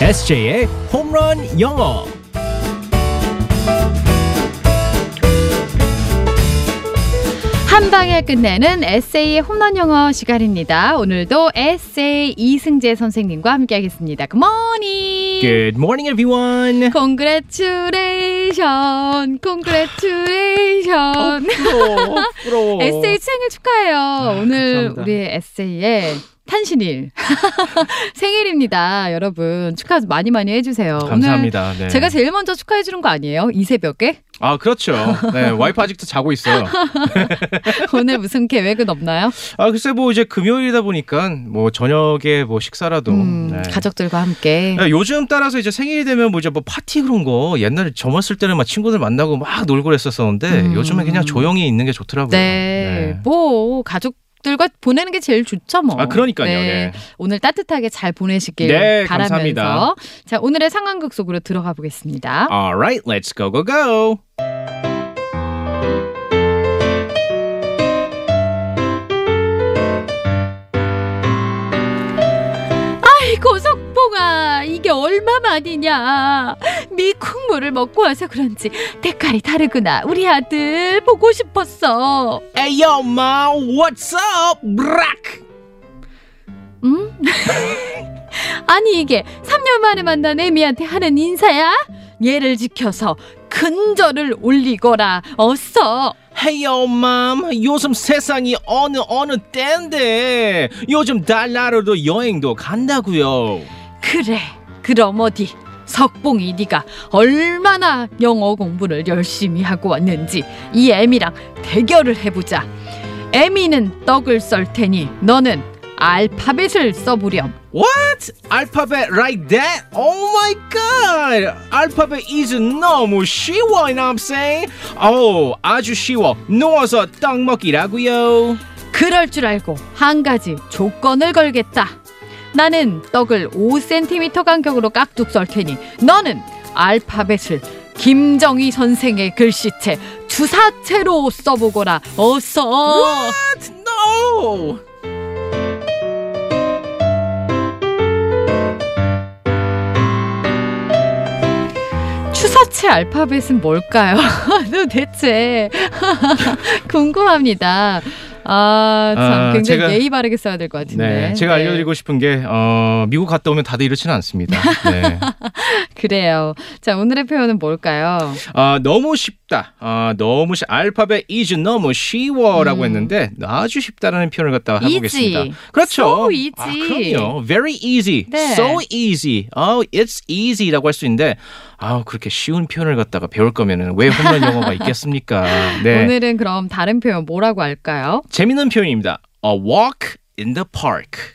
SJ의 홈런 영어. 한 방에 끝내는 에세이의 홈런 영어 시간입니다. 오늘도 에세이 이승재 선생님과 함께하겠습니다. Good morning. Good morning, everyone. Congratulation, congratulation. 부러워, 부러워. 에세이 생일 축하해요. 어. 오늘 아, 감사합니다. 우리의 에세이의 탄신일 생일입니다, 여러분 축하 많이 많이 해주세요. 감사합니다. 네. 오늘 제가 제일 먼저 축하해 주는 거 아니에요? 이 새벽에 아 그렇죠. 네, 와이프 아직도 자고 있어요. 오늘 무슨 계획은 없나요? 아 글쎄 뭐 이제 금요일이다 보니까 뭐 저녁에 뭐 식사라도. 음, 네. 가족들과 함께 네, 요즘 따라서 이제 생일이 되면 뭐 이제 뭐 파티 그런 거 옛날에 젊었을 때는 막 친구들 만나고 막 놀고 그랬었었는데 음. 요즘에 그냥 조용히 있는 게 좋더라고요. 네. 네. 뭐 가족들과 보내는 게 제일 좋죠, 뭐. 아 그러니까요. 네. 네. 오늘 따뜻하게 잘 보내시길 네, 바라면서 감사합니다. 아. 자, 오늘의 상황극 속으로 들어가 보겠습니다. Alright, let's go go go. 이 고석봉아, 이게 얼마만이냐. 미국물을 먹고 와서 그런지 색깔이 다르구나. 우리 아들 보고 싶었어. Hey yo, ma, what's up, Brack? 음? 아니 이게 3년 만에 만난 애미한테 하는 인사야? 얘를 지켜서 근절을 올리거라. 어서. Hey yo, mom. 요즘 세상이 어느 어느 때인데 요즘 달나라도 여행도 간다고요. 그래 그럼 어디 석봉이 네가 얼마나 영어 공부를 열심히 하고 왔는지 이 애미랑 대결을 해보자 애미는 떡을 썰 테니 너는 알파벳을 써보렴 What? Alphabet like that? Oh my god! Alphabet is 너무 쉬워, you know what I'm saying? Oh, 아주 쉬워. 누워서 떡 먹기라고요. 그럴 줄 알고 한 가지 조건을 걸겠다 나는 떡을 5cm 간격으로 깍둑 썰 테니 너는 알파벳을 김정희 선생의 글씨체 주사체로 써보거라 어서 What? No! 추사체 알파벳은 뭘까요? 네, 도대체 궁금합니다. 아, 참 아, 굉장히 제가- 예의 바르게 써야 될 것 같은데. 네, 제가 네, 알려드리고 싶은 게 어, 미국 갔다 오면 다들 이렇지는 않습니다. 네. 그래요. 자, 오늘의 표현은 뭘까요? 아, 너무 쉽다. 아, 너무 쉬, 알파벳 is 너무 쉬워라고 했는데 아주 쉽다라는 표현을 갖다가 음. Easy. 해보겠습니다. 그렇죠. So easy. 아, 그럼요. Very easy. 네. So easy. Oh, it's easy라고 할 수 있는데 아, 그렇게 쉬운 표현을 갖다가 배울 거면은 왜 홈런 영어가 있겠습니까? 네. 오늘은 그럼 다른 표현 뭐라고 할까요? 재밌는 표현입니다. A walk in the park.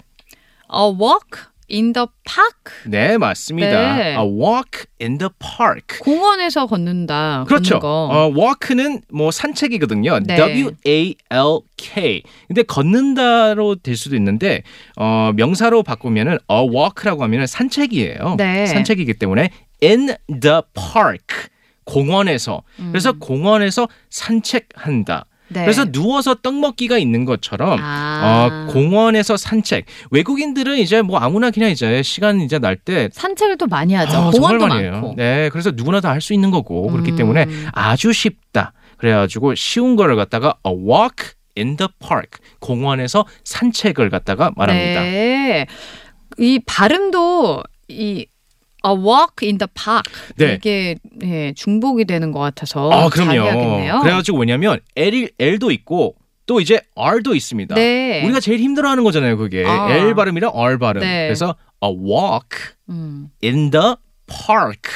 A walk in the park. 네, 맞습니다. 네. A walk in the park. 공원에서 걷는다. 그렇죠. 걷는 거. 어, walk는 뭐 산책이거든요. 네. W A L K. 근데 걷는다로 될 수도 있는데 어, 명사로 바꾸면은 a walk라고 하면은 산책이에요. 네. 산책이기 때문에 in the park. 공원에서. 그래서 공원에서 산책한다. 음. 네. 그래서 누워서 떡 먹기가 있는 것처럼 아. 어, 공원에서 산책. 외국인들은 이제 뭐 아무나 그냥 이제 시간 이제 날때 산책을 또 많이 하죠. 아, 공원도 정말 많이 해요. 많고. 네, 그래서 누구나 다 할 수 있는 거고 그렇기 음. 때문에 아주 쉽다. 그래가지고 쉬운 거를 갖다가 a walk in the park 공원에서 산책을 갖다가 말합니다. 네. 이 발음도 이 A walk in the park 네. 이게 예, 중복이 되는 것 같아서 아, 그럼요. 자세하겠네요. 그래가지고 왜냐면 L L도 있고 또 이제 R도 있습니다. 네. 우리가 제일 힘들어하는 거잖아요, 그게 아. L 발음이랑 R 발음. 네. 그래서 a walk 음, in the park.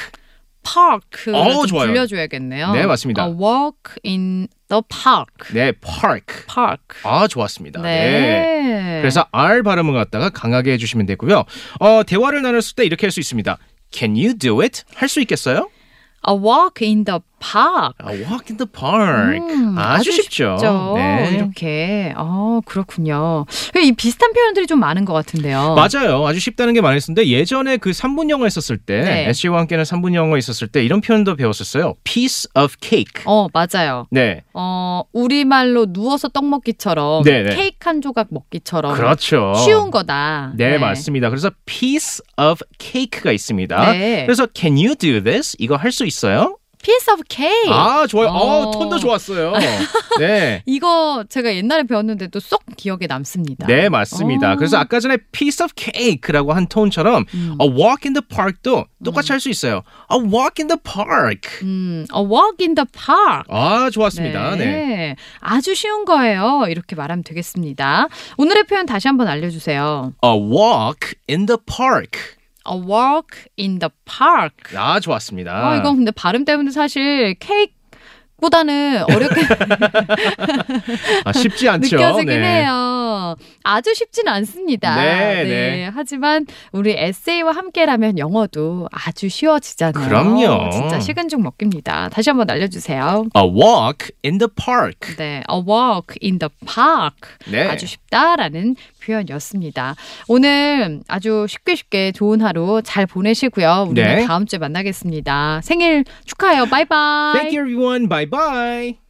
park 어우, 좋아요. 불려줘야겠네요. 네, 맞습니다. A walk in the park. 네, park. park. 아, 좋았습니다. 네. 그래서 R 발음을 갖다가 강하게 해주시면 되고요. 어, 대화를 나눴을 때 이렇게 할 수 있습니다. Can you do it? 할 수 있겠어요? A walk in the park. 아, walk in the park. 음, 아주 쉽죠. 네. 이렇게. 어, 그렇군요. 이 비슷한 표현들이 좀 많은 것 같은데요. 맞아요. 아주 쉽다는 게 많았었는데 예전에 그 3분 영어 있었을 때 네. SJ와 함께는 3분 영어 있었을 때 이런 표현도 배웠었어요. piece of cake. 어, 맞아요. 네. 어, 우리말로 누워서 떡 먹기처럼 네네. 케이크 한 조각 먹기처럼 그렇죠. 어. 쉬운 거다. 네, 맞습니다. 그래서 piece of cake가 있습니다. 네. 그래서 can you do this? 이거 할 수 있어요? piece of cake. 아, 좋아요. 어, 네. 어. 톤도 좋았어요. 네. 이거 제가 옛날에 배웠는데도 쏙 기억에 남습니다. 네, 맞습니다. 어. 그래서 아까 전에 piece of cake라고 한 톤처럼 음. a walk in the park도 똑같이 할 수 있어요. a walk in the park. 음, a walk in the park. 아, 좋았습니다. 네. 아주 쉬운 거예요. 이렇게 말하면 되겠습니다. 오늘의 표현 다시 한번 알려주세요. a walk in the park. A walk in the park. 아, 좋았습니다. 아, 이건 근데 발음 때문에 사실 케이크보다는 어렵게 아, 쉽지 않죠. 느껴지긴 네. 해요. 아주 쉽진 않습니다. 네, 네. 하지만 우리 에세이와 함께라면 영어도 아주 쉬워지잖아요. 그럼요. 진짜 식은 죽 먹깁니다. 다시 한번 알려주세요. A walk in the park. 네, a walk in the park. 네. 아주 쉽다라는 표현이었습니다. 오늘 아주 쉽게 쉽게 좋은 하루 잘 보내시고요. 우리는 네. 다음 주에 만나겠습니다. 생일 축하해요. 바이바이. Thank you everyone. Bye bye.